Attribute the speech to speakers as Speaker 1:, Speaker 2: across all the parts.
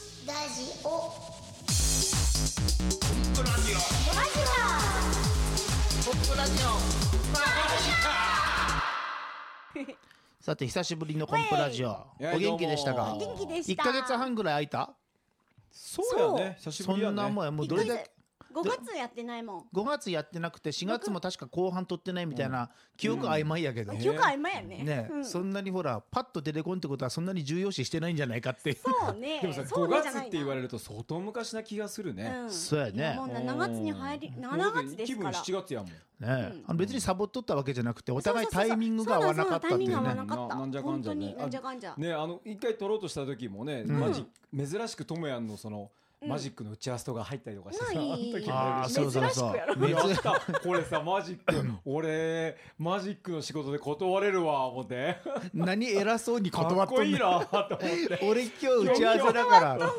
Speaker 1: ジオ
Speaker 2: ポップラジオ
Speaker 1: ラジ
Speaker 2: ポップラジオ
Speaker 3: さて久しぶりのコンプラジオ
Speaker 4: いや
Speaker 3: お元気でしたか
Speaker 4: どうも
Speaker 1: 元気で
Speaker 3: 1
Speaker 1: した
Speaker 3: か月半ぐらい空いた
Speaker 4: そうやね。久しぶ
Speaker 3: そ
Speaker 4: りや
Speaker 3: ん
Speaker 4: ね。
Speaker 3: なもんやもうどれだけ
Speaker 1: 5月やってないもん
Speaker 3: 5月やってなくて4月も確か後半撮ってないみたいな記憶曖昧やけど、
Speaker 1: 記憶曖昧やね
Speaker 3: ね、
Speaker 1: うん
Speaker 3: そんなにほらパッと出てこんってことはそんなに重要視してないんじゃないかっていう
Speaker 1: そ うね
Speaker 4: でもさ、
Speaker 1: そ
Speaker 4: 5
Speaker 1: うね
Speaker 4: 月
Speaker 1: じゃない
Speaker 4: っ
Speaker 1: な
Speaker 4: て言われると相当昔な気がするね。
Speaker 1: ん
Speaker 3: そうやね
Speaker 1: もう7月に入り7月ですから
Speaker 4: 気分7月やもん。
Speaker 3: ね、あの別にサボっとったわけじゃなくてお互いタイミングが合わなかったっていう
Speaker 1: そうそうそうそうタイミングが合わ
Speaker 3: ね
Speaker 1: なかった
Speaker 4: なんじゃかんじゃ
Speaker 1: 本当
Speaker 4: ね。
Speaker 1: になんじゃかんじゃ
Speaker 4: あね、あの一回撮ろうとした時もね、マジ珍しくともやんのそのマジックの打ち合わせとか入ったりとかしてさ、
Speaker 1: ない
Speaker 4: あの時
Speaker 3: あー
Speaker 4: も
Speaker 3: そうそうそう
Speaker 1: 珍しくやろ
Speaker 4: いや
Speaker 3: 珍
Speaker 4: あったこれさマジック俺マジックの仕事で断れるわ思って
Speaker 3: 何偉そうに
Speaker 4: か
Speaker 3: 断
Speaker 4: っ
Speaker 3: っ
Speaker 4: こと
Speaker 3: ん
Speaker 4: いい
Speaker 3: の
Speaker 4: なと思って
Speaker 3: 俺今日打ち合わせだから
Speaker 4: 今日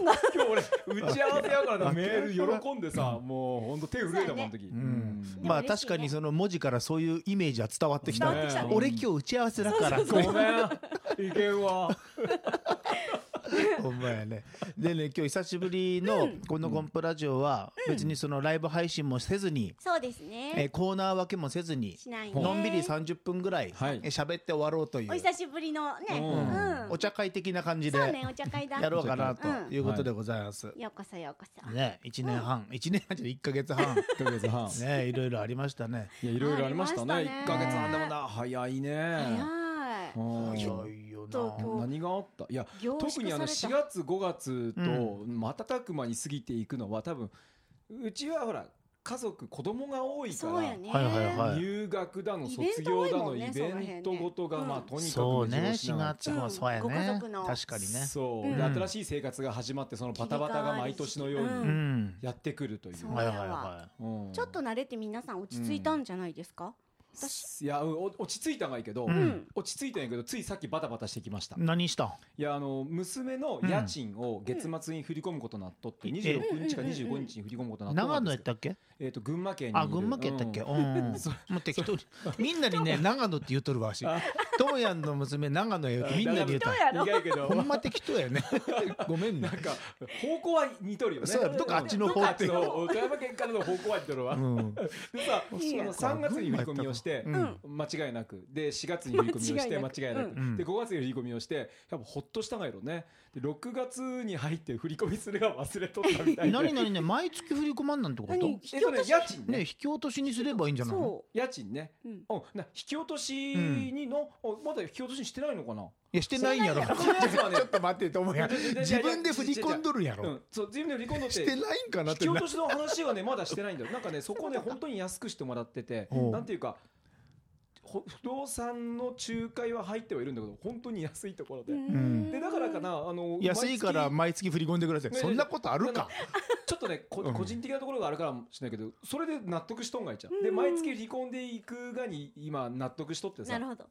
Speaker 4: 俺打ち合わせやから なメール喜んでさもうほんと手震えたもんあの時、うん
Speaker 3: まあ
Speaker 1: でも嬉しいね
Speaker 3: 確かにその文字からそういうイメージは伝わってきた
Speaker 4: 伝わってきたね
Speaker 3: 俺今日打ち合わせだから
Speaker 4: ごめんいけんわ
Speaker 3: ほんまやね。でね、今日久しぶりのこのコンプラジオは、別にそのライブ配信もせずに、
Speaker 1: そうです
Speaker 3: えー
Speaker 1: ね
Speaker 3: コーナー分けもせずに
Speaker 1: し、ないね
Speaker 3: のんびり30分ぐらいえ
Speaker 4: はい
Speaker 3: ー喋って終わろうとい
Speaker 1: お
Speaker 3: う、
Speaker 1: 久しぶりのね
Speaker 4: うん
Speaker 1: うん
Speaker 3: お茶会的な感じ
Speaker 1: そう
Speaker 3: で
Speaker 1: ねお茶会だ
Speaker 3: やろうかなと
Speaker 1: うん
Speaker 3: いうことでございます。
Speaker 1: ようこそようこそ
Speaker 3: ね、1年半、1年半じゃない1ヶ月半、
Speaker 4: 1ヶ月半
Speaker 3: ね、いろいろありましたね。
Speaker 4: いやいろいろありましたね
Speaker 1: ありましたね
Speaker 4: 1ヶ月半でもな早いね
Speaker 1: 早い
Speaker 4: うん
Speaker 3: いよいよ
Speaker 1: とこ
Speaker 3: な。
Speaker 1: う
Speaker 4: 何があったいや
Speaker 1: 凝縮
Speaker 4: 特にあの
Speaker 1: さ
Speaker 4: 4
Speaker 1: れた
Speaker 4: 月5月と瞬く間に過ぎていくのは多分うちはほら家族子供が多いか
Speaker 1: そうや
Speaker 4: ら
Speaker 1: ね
Speaker 3: はいはいはい
Speaker 4: 入学だの
Speaker 1: イベント
Speaker 4: 卒業
Speaker 1: 多
Speaker 4: だの
Speaker 1: いもん
Speaker 4: イ
Speaker 1: ね
Speaker 4: ベントごとが
Speaker 1: その辺ね
Speaker 4: まあ
Speaker 1: うん
Speaker 4: とにかく
Speaker 3: そうね、
Speaker 4: 目白押し
Speaker 1: う
Speaker 3: 4月も
Speaker 4: ながら
Speaker 1: ん
Speaker 3: そうや
Speaker 1: ご家
Speaker 3: ね
Speaker 1: 族。の
Speaker 3: 確かにね。
Speaker 4: そううんで新しい生活が始まってそのバタバタが毎年のよ
Speaker 1: 切
Speaker 4: う
Speaker 1: り替わるし
Speaker 3: う
Speaker 4: に
Speaker 3: ん。
Speaker 4: やってくるという
Speaker 1: そう
Speaker 3: はいはいは
Speaker 4: うん
Speaker 1: ちょっと慣れて皆さん落ち着いたんじゃないですか私
Speaker 4: いやうんお落ち着いたんがいいけど
Speaker 3: ん
Speaker 4: 落ち着いたんやけどついさっきバタバタしてきました
Speaker 3: い。何したん
Speaker 4: いやあの娘の家賃を月末に振り込むことになっとって、
Speaker 3: うん
Speaker 4: 26日か25日に振り込むことになっ
Speaker 3: 長
Speaker 4: とったん
Speaker 3: 野や
Speaker 4: です
Speaker 3: っ
Speaker 4: け
Speaker 3: たっけ
Speaker 4: どえっと群馬県にい
Speaker 3: あ、
Speaker 4: る
Speaker 3: 群馬県だっけ、
Speaker 4: うん
Speaker 3: うん、 うん、もう適当に。みんなにね、長野って言うとるわし。ともやんの娘、長野やよってみんなに言うた。
Speaker 4: 意外やけど
Speaker 3: ほんま適当やね。 ごめんね
Speaker 4: な。んか方向は似とるよね
Speaker 3: そうやどっかあっちの方って
Speaker 4: どっかあっちの富山県からの方向は似とるわ、
Speaker 3: うん。
Speaker 4: でさその
Speaker 1: いや
Speaker 4: 3月に振り込みをして、
Speaker 3: うん
Speaker 1: うん
Speaker 4: 間違いなくで4月に振り込みをして
Speaker 1: 間
Speaker 4: 間
Speaker 1: 違
Speaker 4: 違
Speaker 1: い
Speaker 4: い
Speaker 1: な
Speaker 4: な
Speaker 1: く
Speaker 4: く、
Speaker 3: うん
Speaker 4: で5月に振り込みをしてやっぱほっとしたがやろねで6月に入って振り込みするが忘れとったみたい
Speaker 3: 何
Speaker 4: な
Speaker 3: 々ね、毎月振り込まんなんてこと。
Speaker 1: 何
Speaker 3: ね、
Speaker 4: えっとね家賃ね
Speaker 3: 引き落としにすればいいんじゃないの。
Speaker 1: そ
Speaker 4: 家賃ね
Speaker 1: ううん
Speaker 4: うん、な引き落としにの、おまだ引き落としにしてないのかな、
Speaker 3: いや、してないんやろ。
Speaker 4: そんなやつはね
Speaker 3: ちょっと待って、ともやん。
Speaker 4: いやいやいや
Speaker 3: 自分で振り込んどるんや
Speaker 4: う
Speaker 3: ろ。
Speaker 4: ん、そう自分で振り込んどっ
Speaker 3: しててないんかな
Speaker 4: 引
Speaker 3: って
Speaker 4: き落
Speaker 3: な
Speaker 4: と。しの話はねまだしてないんだよなんかねそこ ね本当に安くしてもらってて
Speaker 3: おう
Speaker 4: なんていうかほ不動産の仲介は入ってはいるんだけど本当に安いところで、
Speaker 3: ん
Speaker 4: でだからかなあの
Speaker 3: 安いから、
Speaker 4: 毎月
Speaker 3: 毎月振り込んでください。
Speaker 4: ね
Speaker 3: そんなことあるか。
Speaker 4: ちょっとねこ
Speaker 3: うん
Speaker 4: 個人的なところがあるからもしれないけどそれで納得しとんがいちゃうで
Speaker 1: うん
Speaker 4: 毎月離婚でいくがに今納得しとって
Speaker 1: な
Speaker 4: さ
Speaker 1: るほど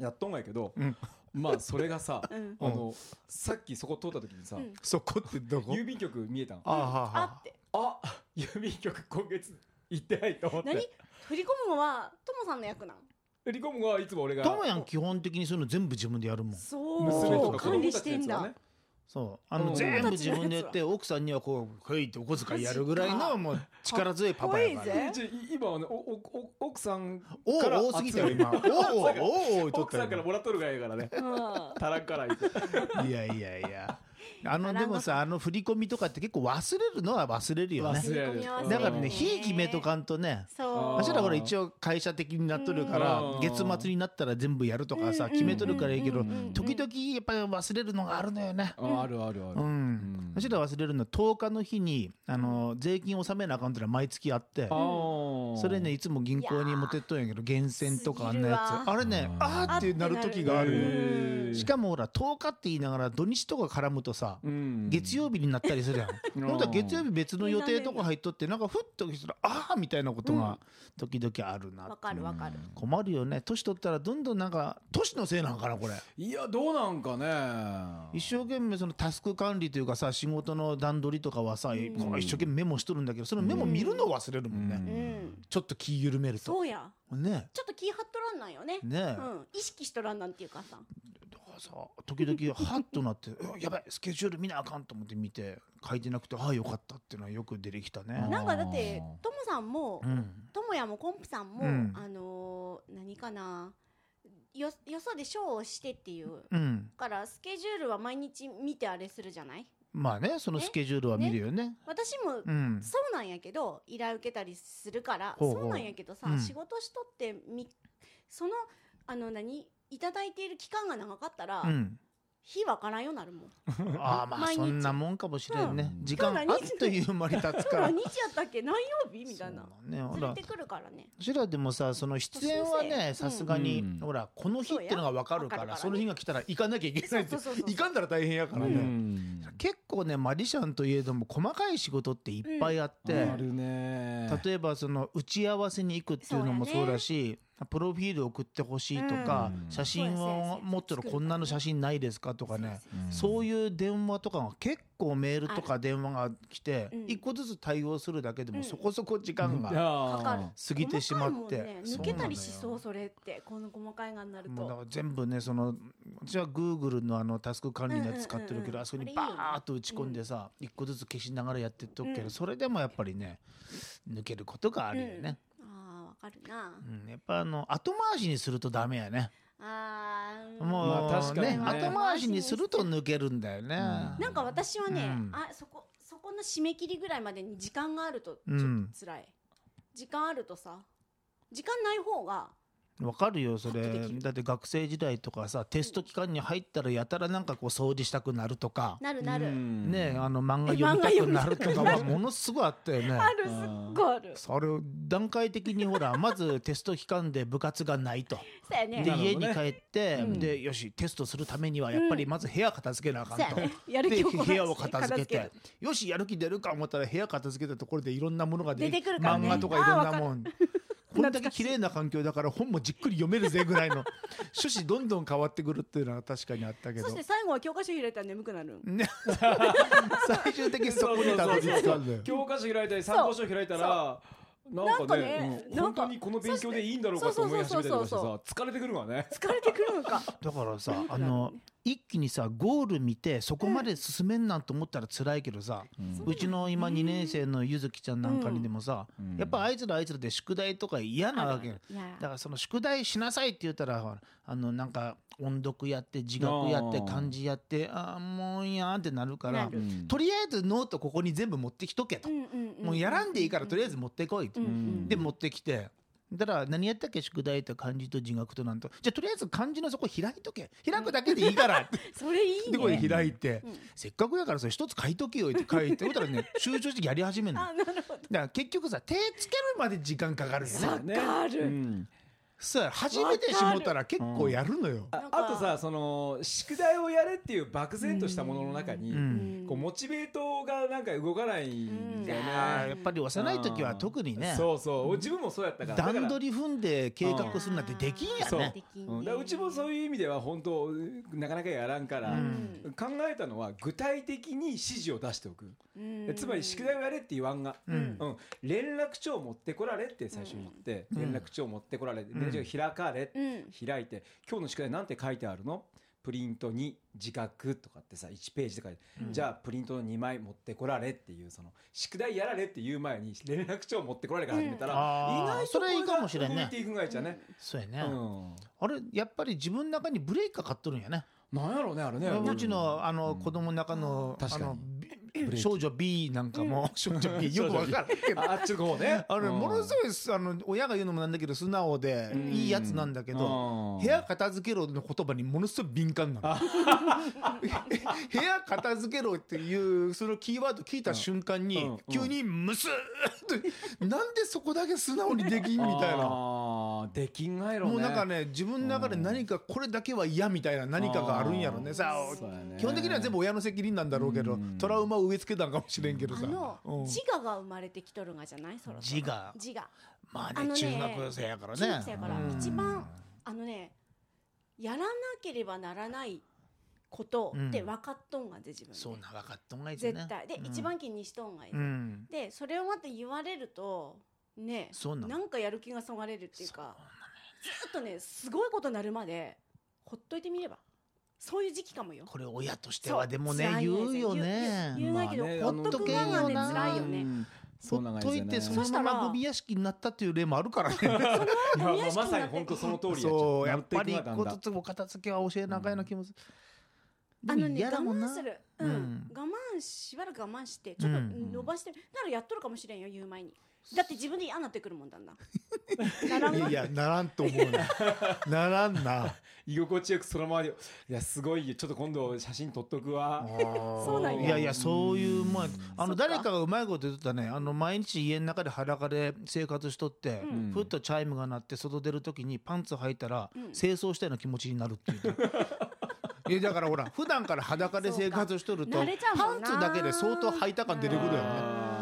Speaker 4: やっとんがいけど、
Speaker 3: うん
Speaker 4: まあそれがさ
Speaker 1: うん
Speaker 4: あのさっきそこ通った時にさ、
Speaker 1: うん
Speaker 3: そこってどこ。
Speaker 4: 郵便局見えたの
Speaker 3: ああ、はあ
Speaker 1: あ
Speaker 3: は
Speaker 1: っ
Speaker 3: あ。
Speaker 1: て
Speaker 4: あ郵便局今月行ってないと思って
Speaker 1: 何振り込むのはともさんの役なん
Speaker 4: 振り込むはいつも俺が
Speaker 3: ともやん、基本的にそういうの全部自分でやるもん。
Speaker 1: そう
Speaker 4: 娘とか子
Speaker 1: 管
Speaker 4: 供
Speaker 1: 理
Speaker 4: た
Speaker 1: し
Speaker 4: ちの
Speaker 1: てん
Speaker 4: やつは
Speaker 1: だ
Speaker 4: ね
Speaker 3: そう。あの、
Speaker 4: うん
Speaker 3: 全部自分でやって、奥さんにはこう、はいってお小遣いやるぐらいの、もう、力強いパパやから。
Speaker 1: ね
Speaker 4: うち今はねおおお奥さん
Speaker 3: お
Speaker 4: から
Speaker 3: お、多すぎたよ、今。おお、おお、おお、とっ
Speaker 4: 奥さ
Speaker 3: た
Speaker 4: んから
Speaker 3: よ。
Speaker 4: もらっとるがやからね
Speaker 1: うん
Speaker 4: 足らんから言って
Speaker 3: いやいやいや。あの、でもさ、あの、振り込みとかって結構忘れるのは忘れるよね
Speaker 4: 忘。れる
Speaker 1: 振り込み合わせ
Speaker 3: だから
Speaker 4: う
Speaker 3: ね、
Speaker 4: ん
Speaker 3: 非決めとかんとね。
Speaker 1: そう
Speaker 3: あしらほら一応会社的になっとるから
Speaker 4: うん
Speaker 3: 月末になったら全部やるとかさ決めとるからいいけど
Speaker 1: うんうんうんうん
Speaker 3: 時々やっぱり忘れるのがあるのよね。
Speaker 4: ああるあるあ
Speaker 3: う
Speaker 4: るあ
Speaker 3: ん、そしたら忘れるのは10日の日にあの税金納めなアカウントが毎月あって
Speaker 4: ー
Speaker 3: それねいつも銀行に持ってっとんやけど源泉とかあんなやつあれね
Speaker 4: うん
Speaker 3: あーってなる時があ
Speaker 4: へ
Speaker 3: る
Speaker 4: ー
Speaker 3: よしかもほら10日って言いながら土日とか絡むとさ
Speaker 4: うん
Speaker 3: 月曜日になったりするやん
Speaker 4: うん
Speaker 3: ほんとは月曜日別の予定とか入っとってなんかふっとしたらああみたいなことが時々あるな
Speaker 1: わかるわかる
Speaker 3: 困るよね年取ったらどんどんなんか年のせいなんかなこれ
Speaker 4: いやどうなんかね
Speaker 3: 一生懸命そのタスク管理というかさ仕事の段取りとかはさ、こう一生懸命メモしとるんだけどそのメモ見るの忘れるもんね、
Speaker 4: うん
Speaker 1: うん
Speaker 3: ちょっと気緩めると
Speaker 1: そうや
Speaker 3: ね
Speaker 1: ちょっと気張っとらんないよね
Speaker 3: ねえ
Speaker 1: うん意識しとらんなんていうかさ
Speaker 3: さ時々ハッとなって 「うわやばいスケジュール見なあかん」と思って見て書いてなくて「ああよかった」っていうのはよく出てきたね。
Speaker 1: なんかだって
Speaker 4: あー
Speaker 1: ともさんも
Speaker 3: うん
Speaker 1: ともやもコンプさんも、
Speaker 3: うん
Speaker 1: あのー何かなよよそでショーをしてっていう
Speaker 3: うん、
Speaker 1: からスケジュールは毎日見てあれするじゃない
Speaker 3: まあねそのスケジュールは見るよね。
Speaker 1: 私も
Speaker 3: うん、
Speaker 1: そうなんやけど依頼受けたりするから
Speaker 3: ほうほう
Speaker 1: そうなんやけどさ、
Speaker 3: うん
Speaker 1: 仕事しとってみそのあの何いただいている期間が長かったら、
Speaker 3: うん、
Speaker 1: 日わからんようにな るもん。
Speaker 3: ああまあ
Speaker 1: 毎日
Speaker 3: そんなもんかもしれんね、
Speaker 4: うん
Speaker 3: 時間あ
Speaker 1: そ
Speaker 3: っ
Speaker 1: うだね
Speaker 3: という間に経つか
Speaker 1: 今
Speaker 3: ら
Speaker 1: 日。何日やったっけ何曜日みたいな
Speaker 3: そうだねほ
Speaker 1: 連
Speaker 3: ら
Speaker 1: れてくるからね
Speaker 3: うちらでもさその出演はね
Speaker 1: そうそうそう
Speaker 3: さすがに、
Speaker 4: うん
Speaker 3: ほらこの日ってのが分かるから
Speaker 1: そうや
Speaker 3: その日が来たら行かなきゃいけないって
Speaker 1: そうそうそうそう
Speaker 3: 行かんだら大変やからね、
Speaker 4: うん
Speaker 3: 結構ねマジシャンといえども細かい仕事っていっぱいあって、
Speaker 4: あるね
Speaker 3: 例えばその打ち合わせに行くっていうのもそうだしプロフィール送ってほしいとか、
Speaker 4: うん
Speaker 3: 写真を持ってるこんなの写真ないですかとかね
Speaker 1: そうそう
Speaker 4: うん
Speaker 3: そういう電話とかが結構メールと
Speaker 1: あ
Speaker 3: か電話が来て
Speaker 1: うん
Speaker 3: 一個ずつ対応するだけで
Speaker 1: う
Speaker 3: も
Speaker 1: ん
Speaker 3: そこそこ時間が
Speaker 4: あー
Speaker 1: かかる
Speaker 3: 過ぎてしまって、
Speaker 1: 細かいもんね、抜けたりしそうそれってこの細かいがになる
Speaker 3: もうだか
Speaker 1: と
Speaker 3: ら全部ねその私は Google のあのタスク管理
Speaker 1: う
Speaker 3: のや
Speaker 1: んうんうんう
Speaker 3: つ
Speaker 1: ん
Speaker 3: 使ってるけどあそこ
Speaker 1: あれ
Speaker 3: に
Speaker 1: いいよね
Speaker 3: バーッと打ち込んでさ一個ずつ消しながらやってっとくけ
Speaker 1: う
Speaker 3: ど
Speaker 1: ん
Speaker 3: それでもやっぱりね抜けることがあるよね、
Speaker 1: あーわかるな
Speaker 3: うん、やっぱあの後回しにするとダメやね
Speaker 1: あーん
Speaker 3: もう、
Speaker 4: まあ確かにね
Speaker 3: ね後回しにすると抜けるんだよね、
Speaker 4: うん
Speaker 1: なんか私はね、
Speaker 3: うん
Speaker 1: あそこそこの締め切りぐらいまでに時間があるとちょっ
Speaker 3: うん
Speaker 1: と辛い、時間あるとさ時間ない方が
Speaker 3: わかるよそ
Speaker 1: パッと
Speaker 3: れ
Speaker 1: できる
Speaker 3: だって学生時代とかさテスト期間に入ったらやたらなんかこう掃除したくなるとか、
Speaker 1: なるなる、
Speaker 4: うん
Speaker 3: ねあの漫画読みたくなるとかはものすごいあったよね
Speaker 1: あるすっごいある
Speaker 3: それを段階的に ほらまずテスト期間で部活がないと、
Speaker 1: そうや
Speaker 3: で
Speaker 1: ね
Speaker 4: なるほどね
Speaker 3: 家に帰って、
Speaker 1: うん
Speaker 3: でよしテストするためにはやっぱりまず部屋片付けなあ
Speaker 1: そ
Speaker 3: かん
Speaker 1: うや
Speaker 3: と。
Speaker 1: ねやる
Speaker 3: で
Speaker 1: 気をこら
Speaker 3: 部屋を片付けて
Speaker 1: 片
Speaker 3: よしやる気出るか思ったら部屋片付けたところでいろんなものが出て
Speaker 1: 出てくるからね
Speaker 3: 漫画とかいろんなもん こんだけ綺麗な環境だから本もじっくり読めるぜぐらい の趣旨どんどん変わってくるっていうのは確かにあったけど
Speaker 1: そして最後は教科書開いたら眠くなる
Speaker 3: ね最終的にそこにたどり着くんだよ
Speaker 4: 教科書開いたり参考書開いたらなんかね
Speaker 1: なんかね
Speaker 4: うん
Speaker 1: なん
Speaker 4: 本
Speaker 1: か
Speaker 4: 当にこの勉強でいいんだろうかと思い始めたりとかして
Speaker 1: そう
Speaker 4: さ疲れてくるわね
Speaker 1: 疲れてくる のか
Speaker 3: だからさ
Speaker 1: なんか
Speaker 3: あの一気にさゴール見てそこまで進めんなんて思ったら辛いけどさ、うちの今2年生のゆずきちゃんなんかにでもさ、
Speaker 4: うん
Speaker 3: やっぱあいつらあいつらで宿題とか嫌なわけよ
Speaker 1: いや
Speaker 3: だからその宿題しなさいって言ったらほらあのなんか音読やって字学やって
Speaker 4: あー
Speaker 3: 漢字やってあーもういやんってなるから
Speaker 1: なる
Speaker 4: うん
Speaker 3: とりあえずノートここに全部持ってきとけと、もうやらんでいいからとりあえず持ってこいと、
Speaker 1: うんうん
Speaker 3: で持ってきて。だから何やったっけ宿題と漢字と字学となんとじゃあとりあえず漢字のそこ開いとけ開くだけでいいからって
Speaker 1: それいい
Speaker 3: でこれ
Speaker 1: ね
Speaker 3: 開いて、
Speaker 1: うん
Speaker 3: せっかくやからそれ一つ書いときよって書いてほたらね集中してやり始めるのだ
Speaker 1: あ
Speaker 3: か
Speaker 1: なるほど
Speaker 3: ら結局さ手つけるまで時間かかるよね
Speaker 4: そうね
Speaker 1: わかる
Speaker 4: うん
Speaker 3: そうや初めてしもたら結構やるのよ、
Speaker 4: あ
Speaker 1: なんか
Speaker 4: あとさその宿題をやれっていう漠然としたものの中
Speaker 3: う
Speaker 4: に
Speaker 3: ん
Speaker 4: こうモチベートがなんか動かないん
Speaker 3: い
Speaker 4: だ
Speaker 3: や
Speaker 4: よ
Speaker 3: ー
Speaker 4: ね
Speaker 3: やっぱり幼い時は特にね
Speaker 4: そうそう俺自分もそうやったからだから
Speaker 3: 段取り踏んで計画するなんてできんや
Speaker 4: そう
Speaker 3: ね
Speaker 1: できんね
Speaker 4: うんだからうちもそういう意味では本当なかなかやらんから
Speaker 1: うん
Speaker 4: 考えたのは具体的に指示を出しておく
Speaker 1: うん
Speaker 4: つまり宿題をやれって言わんが
Speaker 3: うん
Speaker 4: うん、連絡帳持ってこられって最初に言って、
Speaker 3: うん
Speaker 4: 連絡帳持ってこられて、
Speaker 3: うん
Speaker 4: でじゃあ開かれ、
Speaker 1: うん
Speaker 4: 開いて今日の宿題なんて書いてあるのプリントに自覚とかってさ1ページで書いて、
Speaker 1: うん
Speaker 4: じゃあプリントの2枚持ってこられっていうその宿題やられっていう前に連絡帳持ってこられから始めた
Speaker 3: うん
Speaker 4: ら、
Speaker 3: あー
Speaker 4: 意外と
Speaker 3: それいいかもしれんね
Speaker 4: こが動いていくんがいじゃね、
Speaker 3: そうや
Speaker 4: う
Speaker 3: ね、
Speaker 4: ん
Speaker 3: あれやっぱり自分の中にブレーキかかっとるんやね
Speaker 4: なんやろうねあれね、
Speaker 3: うちのあの
Speaker 4: うん
Speaker 3: 子供の中の,、
Speaker 4: 確
Speaker 3: あ
Speaker 4: かに
Speaker 3: の
Speaker 4: レーキ
Speaker 3: 少女 B なんかも、少女 B よくわからんけど
Speaker 4: ああっちの方ね
Speaker 3: あれ
Speaker 4: うん
Speaker 3: ものすごいあの親が言うのもなんだけど素直で
Speaker 4: うん
Speaker 3: いいやつなんだけど、
Speaker 4: うん
Speaker 3: 部屋片付けろの言葉にものすごい敏感なの。 部屋片付けろっていうそのキーワード聞いた瞬間に、
Speaker 4: うんうん
Speaker 3: 急にムスーってなんでそこだけ素直にできんみたいな。
Speaker 4: あーできんがやろね
Speaker 3: もうなんかね自分の中で何かこれだけは嫌みたいな何かがあるんやろねさあ
Speaker 4: そうやね
Speaker 3: 基本的には全部親の責任なんだろうけど、
Speaker 4: うん
Speaker 3: トラウマを植え付けたんかもしれんけど
Speaker 1: あ
Speaker 3: さ、
Speaker 1: の
Speaker 3: うん
Speaker 1: 自我が生まれてきとるんがじゃないそろそろ
Speaker 3: 自我
Speaker 1: 自我
Speaker 3: まあ
Speaker 1: あ
Speaker 3: ね
Speaker 1: のね
Speaker 3: 中学生やからね
Speaker 1: 中学生やから
Speaker 3: うん
Speaker 1: 一番あのねやらなければならないことって分かっとんがで自分で
Speaker 3: そう長かったんがいいね
Speaker 1: 絶対で
Speaker 3: うん
Speaker 1: 一番気にしとんがいい
Speaker 3: うん
Speaker 1: でそれをまた言われるとね
Speaker 3: そうなの
Speaker 1: んかやる気がそがれるっていうかずーっとねすごいことなるまでほっといてみればそういう時期かもよ
Speaker 3: これ親として
Speaker 1: そう
Speaker 3: はでもね
Speaker 1: 辛い
Speaker 3: 言
Speaker 1: よ
Speaker 3: うよ
Speaker 1: 言う言
Speaker 3: ね
Speaker 1: うないけど、
Speaker 4: まあね
Speaker 1: ほっとくがなんで
Speaker 3: あの
Speaker 1: 辛いよね。
Speaker 3: ほ
Speaker 4: そうなん
Speaker 3: っ
Speaker 4: です
Speaker 3: と
Speaker 4: よ
Speaker 3: い
Speaker 4: ね
Speaker 3: てそのま
Speaker 1: そしたら
Speaker 3: まゴミ屋敷になったっていう例もある からね
Speaker 4: いやまあまさに本当その通りや
Speaker 3: そうやっぱり
Speaker 4: なていく
Speaker 3: こ
Speaker 4: わだんだ
Speaker 3: つつも片付けは教えなあかんような気もする
Speaker 1: あ
Speaker 3: で
Speaker 1: の
Speaker 3: も
Speaker 1: ね
Speaker 3: 嫌
Speaker 1: 我
Speaker 3: だもんな
Speaker 1: 慢する、うん
Speaker 3: うん
Speaker 1: 我慢しばらく我慢してちょっと
Speaker 3: うん
Speaker 1: 伸ばしてる、だからやっとるかもしれんよ言う前にだって自分で嫌になってくるもんだんだんならん
Speaker 3: い
Speaker 1: わ
Speaker 3: やいやならんと思うなならんな
Speaker 4: 居心地よくそのままでいやすごいよちょっと今度写真撮っとくわ
Speaker 1: そうなんや
Speaker 3: いやいやそういうもんやあ
Speaker 1: そ
Speaker 3: の
Speaker 1: っか
Speaker 3: 誰かがうまいこと言ってたねあの毎日家の中で裸で生活しとって、
Speaker 1: うん
Speaker 3: ふっとチャイムが鳴って外出る時にパンツ履いたら、
Speaker 1: うん
Speaker 3: 清掃したような気持ちになるって 言ってたいやだからほら普段から裸で生活しとると
Speaker 1: そうか慣れちゃう
Speaker 3: パ
Speaker 1: もん
Speaker 3: ン
Speaker 1: な
Speaker 3: ツだけで相当履いた感出てくるよね
Speaker 4: あ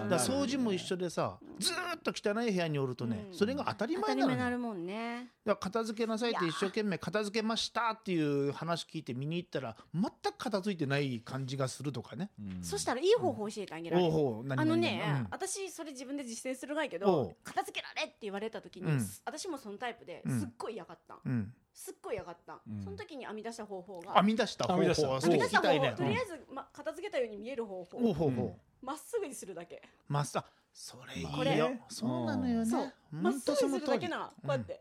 Speaker 4: ー
Speaker 3: だから掃除も一
Speaker 4: なる
Speaker 3: 緒でさずーっと汚い部屋におるとね、
Speaker 1: うん
Speaker 3: それが当たり
Speaker 1: 当
Speaker 3: 前
Speaker 1: たり
Speaker 3: なの
Speaker 1: 前
Speaker 3: よ
Speaker 1: なるもんね
Speaker 3: だから片付けなさいって一生懸命片付けましたっていう話聞いて見に行ったら全く片付いてない感じがするとかね。
Speaker 4: ほどうん
Speaker 1: そしたらいい方法教えてあげられ
Speaker 3: お
Speaker 1: る
Speaker 3: うほう何
Speaker 1: あの
Speaker 3: 々
Speaker 1: ね、
Speaker 3: うん
Speaker 1: 私それ自分で実践するがいけ
Speaker 3: お
Speaker 1: ど
Speaker 3: う
Speaker 1: 片付けられって言われた時に、
Speaker 3: うん
Speaker 1: 私もそのタイプで
Speaker 3: うん
Speaker 1: すっごい嫌がった、
Speaker 3: うん、
Speaker 1: すっごい嫌がった、
Speaker 4: うん
Speaker 1: その時に編み出した方法が
Speaker 3: 編み出した方法
Speaker 4: 編み出した
Speaker 1: 編み出した
Speaker 3: そう聞き
Speaker 1: 方
Speaker 3: い
Speaker 1: 法、
Speaker 3: ね
Speaker 1: とりあえず、ま、片付けたように見える方
Speaker 3: おう
Speaker 1: 法
Speaker 3: ほう
Speaker 4: う
Speaker 3: ほ
Speaker 4: ん
Speaker 1: まっすぐにするだけ
Speaker 3: うまっさそれい
Speaker 1: こ
Speaker 3: いよ
Speaker 1: れ
Speaker 3: そうなのよね
Speaker 1: そう
Speaker 3: ほ
Speaker 1: まっ
Speaker 3: ん
Speaker 1: す
Speaker 3: と
Speaker 1: ぐに
Speaker 3: そ
Speaker 1: す
Speaker 3: の
Speaker 1: る
Speaker 3: 通
Speaker 1: だ
Speaker 3: り
Speaker 1: けなこうやって、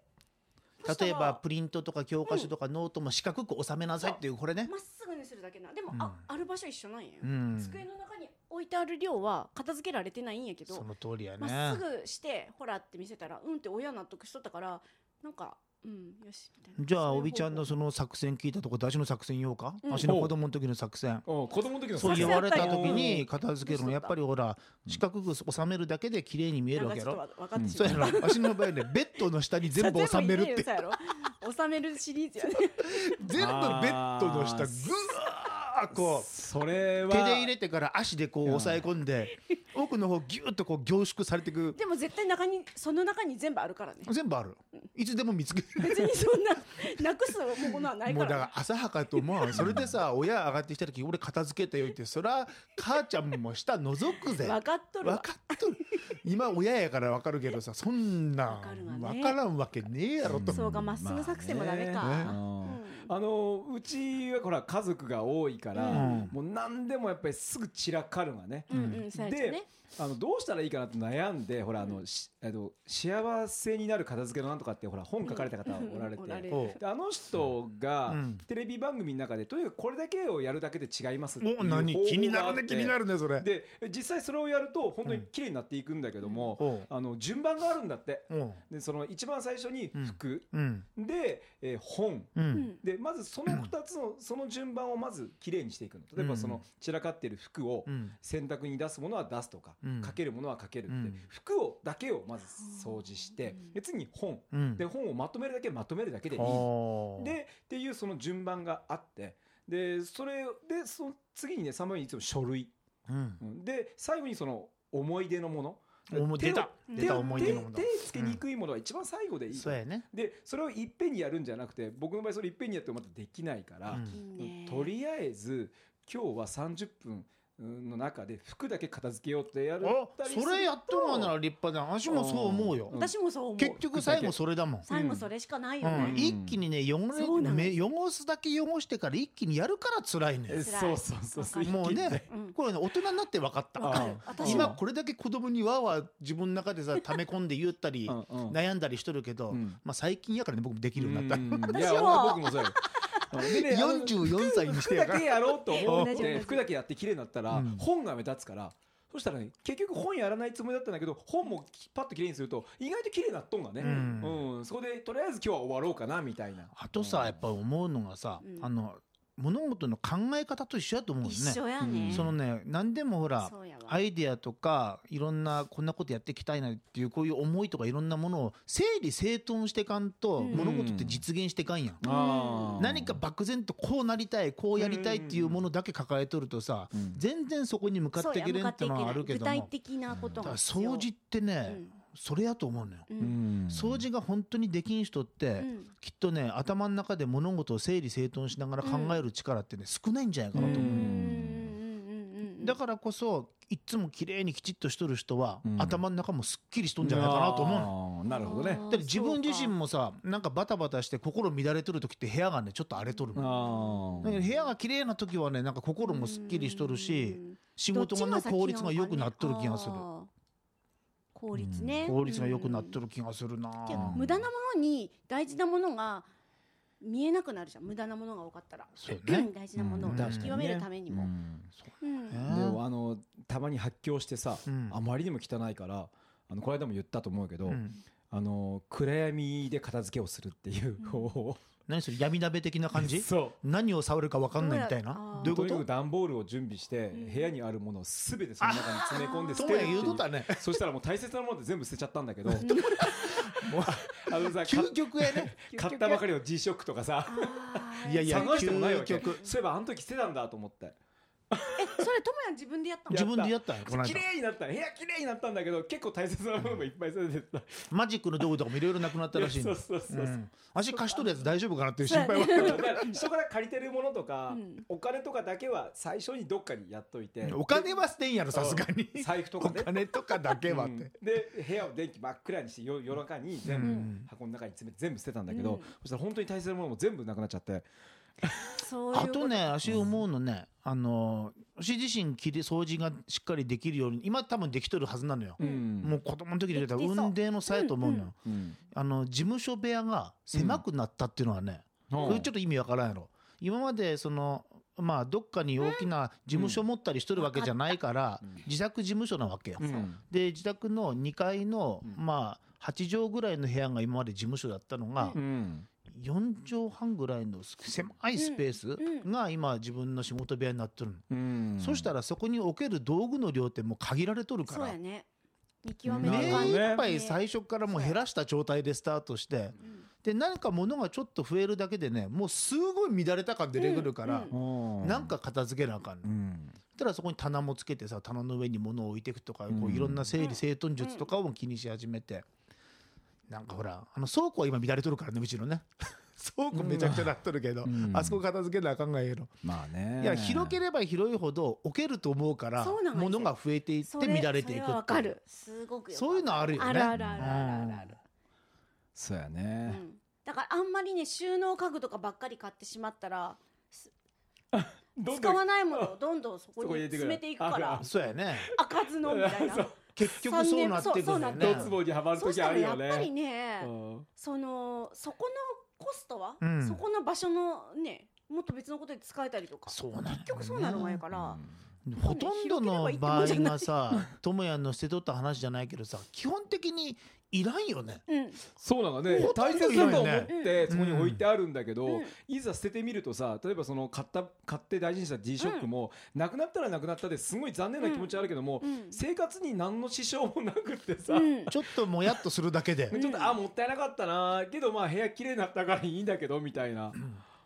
Speaker 1: そした
Speaker 3: 例え
Speaker 1: ら
Speaker 3: ばプリントとか教科書とかノートも四角く収めなさいっていうこれね
Speaker 1: まっすぐにするだけなでも、
Speaker 3: うん
Speaker 1: あある場所一緒なんや、
Speaker 3: うん
Speaker 1: 机の中に置いてある量は片付けられてないんやけ
Speaker 3: そ
Speaker 1: ど
Speaker 3: の通りやね
Speaker 1: まっすぐしてほらって見せたらうんって親納得しとったからなんかうんよしみたいな
Speaker 3: じゃあ
Speaker 1: そういう
Speaker 3: おびちゃん
Speaker 1: 方
Speaker 3: の
Speaker 1: 法
Speaker 3: その作戦聞いたとこ私の作戦言おうか、
Speaker 1: うん
Speaker 3: 私の子供の時の作戦
Speaker 4: お子供の時の
Speaker 3: そう
Speaker 1: 作戦
Speaker 3: 言
Speaker 1: や
Speaker 3: わ
Speaker 1: っ
Speaker 3: れ
Speaker 1: た
Speaker 3: た
Speaker 1: よ
Speaker 3: 時に片付けるの
Speaker 1: うん
Speaker 3: やっぱりほら
Speaker 4: うん
Speaker 3: 四角く収めるだけで綺麗に見えるわけや
Speaker 1: な
Speaker 3: ろ
Speaker 1: んかちょっとわ分かってし
Speaker 3: そ
Speaker 1: ま
Speaker 3: う
Speaker 1: っ
Speaker 3: や
Speaker 1: た
Speaker 3: ろ私の場合ねベッドの下に全部収めるっ
Speaker 1: 全部入れ
Speaker 3: て
Speaker 1: るやつやろ収めるシリーズやね
Speaker 3: 全部ベッドの下ぐ
Speaker 4: あ
Speaker 3: わーこう
Speaker 4: それは
Speaker 3: 手で入れてから足でこう押さえ込んで奥の方ギュッとこう凝縮されていく
Speaker 1: でも絶対中にその中に全部あるから ね
Speaker 3: 全部あるいつでも見つける
Speaker 1: 別にそんななくすものはない
Speaker 3: も
Speaker 1: か
Speaker 3: うだからら浅はかと思うそれで さ親上がってきた時俺片付けたよってそら母ちゃんも下覗くぜ
Speaker 1: 分かっとる
Speaker 3: 分
Speaker 1: わ
Speaker 3: かっとる今親やから分かるけどさそんな
Speaker 1: わかるわ
Speaker 3: ん
Speaker 1: ね
Speaker 3: 分からんわけねえやろと、
Speaker 1: そうかまっすぐ作戦もダメか、
Speaker 4: まあね
Speaker 1: うん
Speaker 4: あのうちはほら家族が多いから、
Speaker 3: うん
Speaker 4: もう何でもやっぱりすぐ散らかるがね、
Speaker 1: うんうん、そうやつね。
Speaker 4: あのどうしたらいいかなと悩んでほらあの、しえっと幸せになる片付けのなんとかってほら本書かれた方
Speaker 1: うん
Speaker 4: おられて、
Speaker 1: おられる
Speaker 3: おう
Speaker 4: であの人が
Speaker 3: うん
Speaker 4: テレビ番組の中でとにかくこれだけをやるだけで違いますっていう
Speaker 3: もう何
Speaker 4: 方法があって
Speaker 3: 気になるね気になるねそれ
Speaker 4: で実際それをやると本当に綺麗になっていくんだけども、
Speaker 3: おう
Speaker 4: あの順番があるんだって
Speaker 3: おう
Speaker 4: でその一番最初に服、
Speaker 3: うん
Speaker 4: で、えー本
Speaker 3: う
Speaker 1: うんん。
Speaker 4: でまずその2つのその順番をまず綺麗にしていくの例えばその散らかっている服を
Speaker 3: うん
Speaker 4: 洗濯に出すものは出すとか、
Speaker 3: うん
Speaker 4: かけるものはかけるって、
Speaker 3: うん
Speaker 4: 服をだけをまず掃除して
Speaker 1: うん
Speaker 4: で次に本
Speaker 3: うん
Speaker 4: で本をまとめるだけまとめるだけでいい
Speaker 3: あー
Speaker 4: でっていうその順番があってでそれでその次にね3番目にいつも書類
Speaker 3: うん
Speaker 4: うんで最後にその思い出のもの
Speaker 3: 思い
Speaker 4: 手
Speaker 3: 出
Speaker 4: を
Speaker 3: た
Speaker 4: 手
Speaker 3: 出た
Speaker 4: を
Speaker 3: 思い
Speaker 4: 手
Speaker 3: 出
Speaker 4: 手
Speaker 3: のものだ
Speaker 4: つけにくいものは一番最後でいいか
Speaker 3: そう
Speaker 4: ら、
Speaker 3: やね
Speaker 4: でそれをいっぺんにやるんじゃなくて僕の場合それいっぺんにやってもまたできないから、
Speaker 3: うん
Speaker 1: いいね。
Speaker 4: とりあえず今日は30分の中で服だけ片付けようってやる
Speaker 3: あ
Speaker 4: たりする
Speaker 3: それやっとるなら立派だ私もそう思う
Speaker 4: う
Speaker 3: よ
Speaker 4: ん
Speaker 1: 私もそう思う。
Speaker 3: 結局最後それだもん
Speaker 1: 最後それしとしかないよ
Speaker 3: う
Speaker 1: ね。
Speaker 3: ん一気にね汚
Speaker 1: そうなの
Speaker 3: れめ汚すだけ汚してから一気にやるから辛いね
Speaker 4: えそうそうそうそう
Speaker 3: もうね
Speaker 1: うん
Speaker 3: これね大人になって分かった
Speaker 4: わかる
Speaker 3: うん
Speaker 1: 私
Speaker 3: 今
Speaker 1: も
Speaker 3: これだけ子供にわーわー自分の中でさ溜め込んで言ったり
Speaker 4: うんうん
Speaker 3: 悩んだりしとるけど、
Speaker 4: うん
Speaker 3: まあ最近やからね僕もできるようになった、
Speaker 4: うんい
Speaker 1: 私
Speaker 4: や
Speaker 1: も
Speaker 4: 僕もそうやで ねあの
Speaker 3: 44歳にして
Speaker 4: 服
Speaker 3: や
Speaker 4: だ
Speaker 3: から
Speaker 4: けやろうと思 っ
Speaker 1: 同じ同
Speaker 4: て
Speaker 1: じ
Speaker 4: 服だけやって綺麗になったら
Speaker 3: うん
Speaker 4: 本が目立つからそしたらね結局本やらないつもりだったんだけど本もパッと綺麗にすると意外と綺麗になっとんがね
Speaker 3: うん
Speaker 4: うんそこでとりあえず今日は終わろうかなみたいな
Speaker 3: あとさやっぱ思うのがさ、
Speaker 1: うん
Speaker 3: あの物事の考え方と一緒やと思うんです
Speaker 1: 一
Speaker 3: ね
Speaker 1: 緒やね。
Speaker 4: うん
Speaker 3: そのね何でもほら
Speaker 1: そうやわ。
Speaker 3: アイデアとかいろんなこんなことやっていきたいなっていうこういう思いとかいろんなものを整理整頓してかんと
Speaker 1: うん
Speaker 3: 物事って実現してかんやん、
Speaker 4: あー
Speaker 3: 何か漠然とこうなりたいこうやりたいっていうものだけ抱えとるとさ、
Speaker 4: うん
Speaker 3: 全然そこに向かっていけれんってのはあるけ
Speaker 1: そ
Speaker 3: ど
Speaker 1: うや向か
Speaker 3: も
Speaker 1: っていけない具体的なこと
Speaker 3: だか
Speaker 1: が
Speaker 3: ら
Speaker 1: 必要。
Speaker 3: 掃除ってね、それやと思うのよ、
Speaker 1: うん。う。
Speaker 4: うんん
Speaker 3: 掃除が本当にできん人って、
Speaker 1: うん
Speaker 3: きっとね頭の中で物事を整理整頓しながら考える力ってね、少ないんじゃないかなと
Speaker 1: うんうん
Speaker 3: 思う、
Speaker 1: うんうんうん
Speaker 3: だからこそいっつも綺麗にきちっとしとる人は、
Speaker 4: うん
Speaker 3: 頭の中もすっきりしとんじゃないかなと思うの
Speaker 4: うんなるほどね
Speaker 1: あー
Speaker 3: でも自分自身もさなんかバタバタして心乱れとる時って部屋がねちょっと荒れとるもん
Speaker 4: あ
Speaker 3: だけど部
Speaker 4: ー
Speaker 3: 屋が綺麗な時はねなんか心もすっきりしとるし仕
Speaker 1: そうか
Speaker 3: 事が
Speaker 1: ど
Speaker 3: ね
Speaker 1: っち
Speaker 3: 効率が良
Speaker 1: 先
Speaker 3: く
Speaker 1: な
Speaker 3: な
Speaker 1: の
Speaker 3: っとる気がする
Speaker 1: かねあー効率ね、
Speaker 3: 効率が良くなっと
Speaker 1: る、
Speaker 3: る気がするな
Speaker 1: けど
Speaker 4: うん
Speaker 1: 無駄なものに大事なものが見えなくなるじゃん無駄なものが多かったら、
Speaker 3: そうね
Speaker 1: 大事なものを
Speaker 4: うん
Speaker 1: 見極めるためにも、うん
Speaker 3: ね
Speaker 4: でもあのたまに発狂してさ、
Speaker 3: うん
Speaker 4: あまりにも汚いからあのこの間も言ったと思うけど、
Speaker 3: うん
Speaker 4: あの暗闇で片付けをするっていう
Speaker 1: うん
Speaker 4: 方法を
Speaker 3: 何それ闇鍋的な感じ
Speaker 4: そう
Speaker 3: 何を触るか分かんないみたい
Speaker 1: あー
Speaker 3: などう
Speaker 4: と
Speaker 3: いう
Speaker 4: に
Speaker 3: こと
Speaker 4: かく段ボールを準備して
Speaker 1: うん
Speaker 4: 部屋にあるものを全てその中に詰め込んで捨て
Speaker 3: 友
Speaker 4: るって
Speaker 3: 也
Speaker 4: い
Speaker 3: 言うとっ
Speaker 4: う
Speaker 3: たね
Speaker 4: そしたらもう大切なもので全部捨てちゃったんだけど
Speaker 1: ん
Speaker 3: もう
Speaker 4: あのさか
Speaker 3: 究極やね
Speaker 4: 買ったばかりの G ショックとかさ
Speaker 1: あー
Speaker 3: いやいや
Speaker 4: 探してもないわけ
Speaker 3: 究極
Speaker 4: そういえばあの時捨てたんだと思って
Speaker 1: えそれともや自分でやったの
Speaker 3: 自分でやったよこの
Speaker 4: 綺
Speaker 3: 間
Speaker 4: 麗になった部屋綺麗になったんだけど結構大切なものもいっぱい捨ててた
Speaker 3: マジックの道具とかもいろいろなくなったらしいん
Speaker 4: そ
Speaker 3: だ
Speaker 4: うそうそう
Speaker 3: う
Speaker 4: そうん
Speaker 3: 足貸しとるやつ大丈夫かなっていう心配は
Speaker 4: だから人から借りてるものとか、
Speaker 1: うん
Speaker 4: お金とかだけは最初にどっかにやっといて、
Speaker 3: お金は捨てんやろさすがに
Speaker 4: うん財布と
Speaker 3: お
Speaker 4: かね
Speaker 3: 金とかだけはっ
Speaker 4: うん
Speaker 3: て
Speaker 4: で部屋を電気真っ暗にして夜夜中に
Speaker 3: う
Speaker 4: 全部
Speaker 3: ん
Speaker 4: 箱の中に詰めて全部捨てたんだけど、
Speaker 1: うん
Speaker 4: そしたら本当に大切なものも全部なくなっちゃって
Speaker 1: そういう
Speaker 3: あ
Speaker 1: こと
Speaker 3: とね足思うのねあの私自身きれ掃除がしっかりできるように今多分できとるはずなのよ
Speaker 1: うん
Speaker 4: も
Speaker 3: もう子供の時で言うたら
Speaker 1: できてそう
Speaker 3: 運転の差やと思うのよ
Speaker 4: うん、うん
Speaker 3: あの事務所部屋が狭くなったっていうのはねこれちょっと意味わからんやろ今までそのまあどっかに大きな事務所持ったりしとるわけじゃないから
Speaker 4: うん
Speaker 3: 自宅事務所なわけよ
Speaker 4: うん
Speaker 3: で自宅の2階の
Speaker 4: うん
Speaker 3: まあ8畳ぐらいの部屋が今まで事務所だったのが
Speaker 4: うん
Speaker 3: 4畳半ぐらいの狭いスペースが今自分の仕事部屋になってるの。
Speaker 4: うん
Speaker 3: そしたらそこに置ける道具の量ってもう限られとるか
Speaker 1: そう
Speaker 3: ら
Speaker 1: やね見極め
Speaker 3: 目
Speaker 1: る
Speaker 4: なる
Speaker 1: 感
Speaker 4: ほどね
Speaker 1: じ、
Speaker 3: いっぱい最初からもう減らした状態でスタートして
Speaker 1: うん
Speaker 3: で何か物がちょっと増えるだけでねもうすごい乱れた感出てくるから
Speaker 1: うん
Speaker 4: うん
Speaker 3: なんか片付けなあかんの
Speaker 4: うん
Speaker 3: そしたらそこに棚もつけてさ棚の上に物を置いていくとかこ
Speaker 4: う
Speaker 3: うんいろんな整理整頓術とかを気にし始めてなんかほらあの倉庫は今乱れとるからねうちのね 倉庫めちゃくちゃなっとるけど
Speaker 4: うん
Speaker 3: あそこ片付けなあかんがええの
Speaker 4: まあね
Speaker 3: いや広け
Speaker 4: れ
Speaker 3: れば広いほど置けると思うから
Speaker 1: そうなんですよ
Speaker 3: 物が増えていって乱れていく
Speaker 1: そは
Speaker 3: って
Speaker 1: わかるすごくよく
Speaker 3: そういうのあるよね
Speaker 1: あるあるあるあるあるある
Speaker 4: そうや
Speaker 1: う
Speaker 4: ね、
Speaker 1: んだからあんまりね収納家具とかばっかり買ってしまったら
Speaker 4: どん
Speaker 1: 使
Speaker 4: どん
Speaker 1: わないものをどんどんそこ
Speaker 4: そこ入
Speaker 1: に
Speaker 4: れて
Speaker 1: 詰
Speaker 4: くる
Speaker 1: めていくか
Speaker 4: あるあ
Speaker 1: ら
Speaker 4: る
Speaker 3: そうやね
Speaker 1: 開かずのみたい
Speaker 4: そ
Speaker 1: な
Speaker 4: う
Speaker 3: 結局そうなってくるんだよ
Speaker 1: 三年そ
Speaker 4: ド
Speaker 1: う
Speaker 3: ね
Speaker 4: ツボにはまる
Speaker 1: そう
Speaker 4: 時
Speaker 1: した
Speaker 4: あ
Speaker 1: ら
Speaker 4: る
Speaker 1: やっ
Speaker 4: よね
Speaker 1: ぱりね
Speaker 4: うん
Speaker 1: そのそこのコストは、
Speaker 3: うん
Speaker 1: そこの場所のねもっと別のことで使えたりとか
Speaker 3: そうなんだよね
Speaker 1: 結局そうなる前から、
Speaker 3: ほとんど
Speaker 1: 広
Speaker 3: の
Speaker 1: ければ
Speaker 3: 場合
Speaker 1: いいってもんじゃな
Speaker 3: が
Speaker 1: い
Speaker 3: さ智也の捨てとった話じゃないけどさ基本的にいらんよね
Speaker 1: うん
Speaker 4: そうなのね
Speaker 3: ほと
Speaker 4: 大
Speaker 3: んど
Speaker 4: 切
Speaker 3: いないね
Speaker 4: だと思って
Speaker 3: ん
Speaker 4: そこに置いてあるんだけ
Speaker 1: う
Speaker 4: ど
Speaker 1: ん
Speaker 4: いざ捨ててみるとさ例えばその買った買って大事にした G ショックもなくなったらなくなったですごい残念な気持ちはあるけども
Speaker 1: うん
Speaker 4: 生活に何の支障もなくってさ
Speaker 1: う
Speaker 4: ち
Speaker 1: ん
Speaker 3: ちょっともやっとするだけで
Speaker 1: ん
Speaker 4: ょっとあもったいなかったなけどまあ部屋綺麗になったからいいんだけどみたいな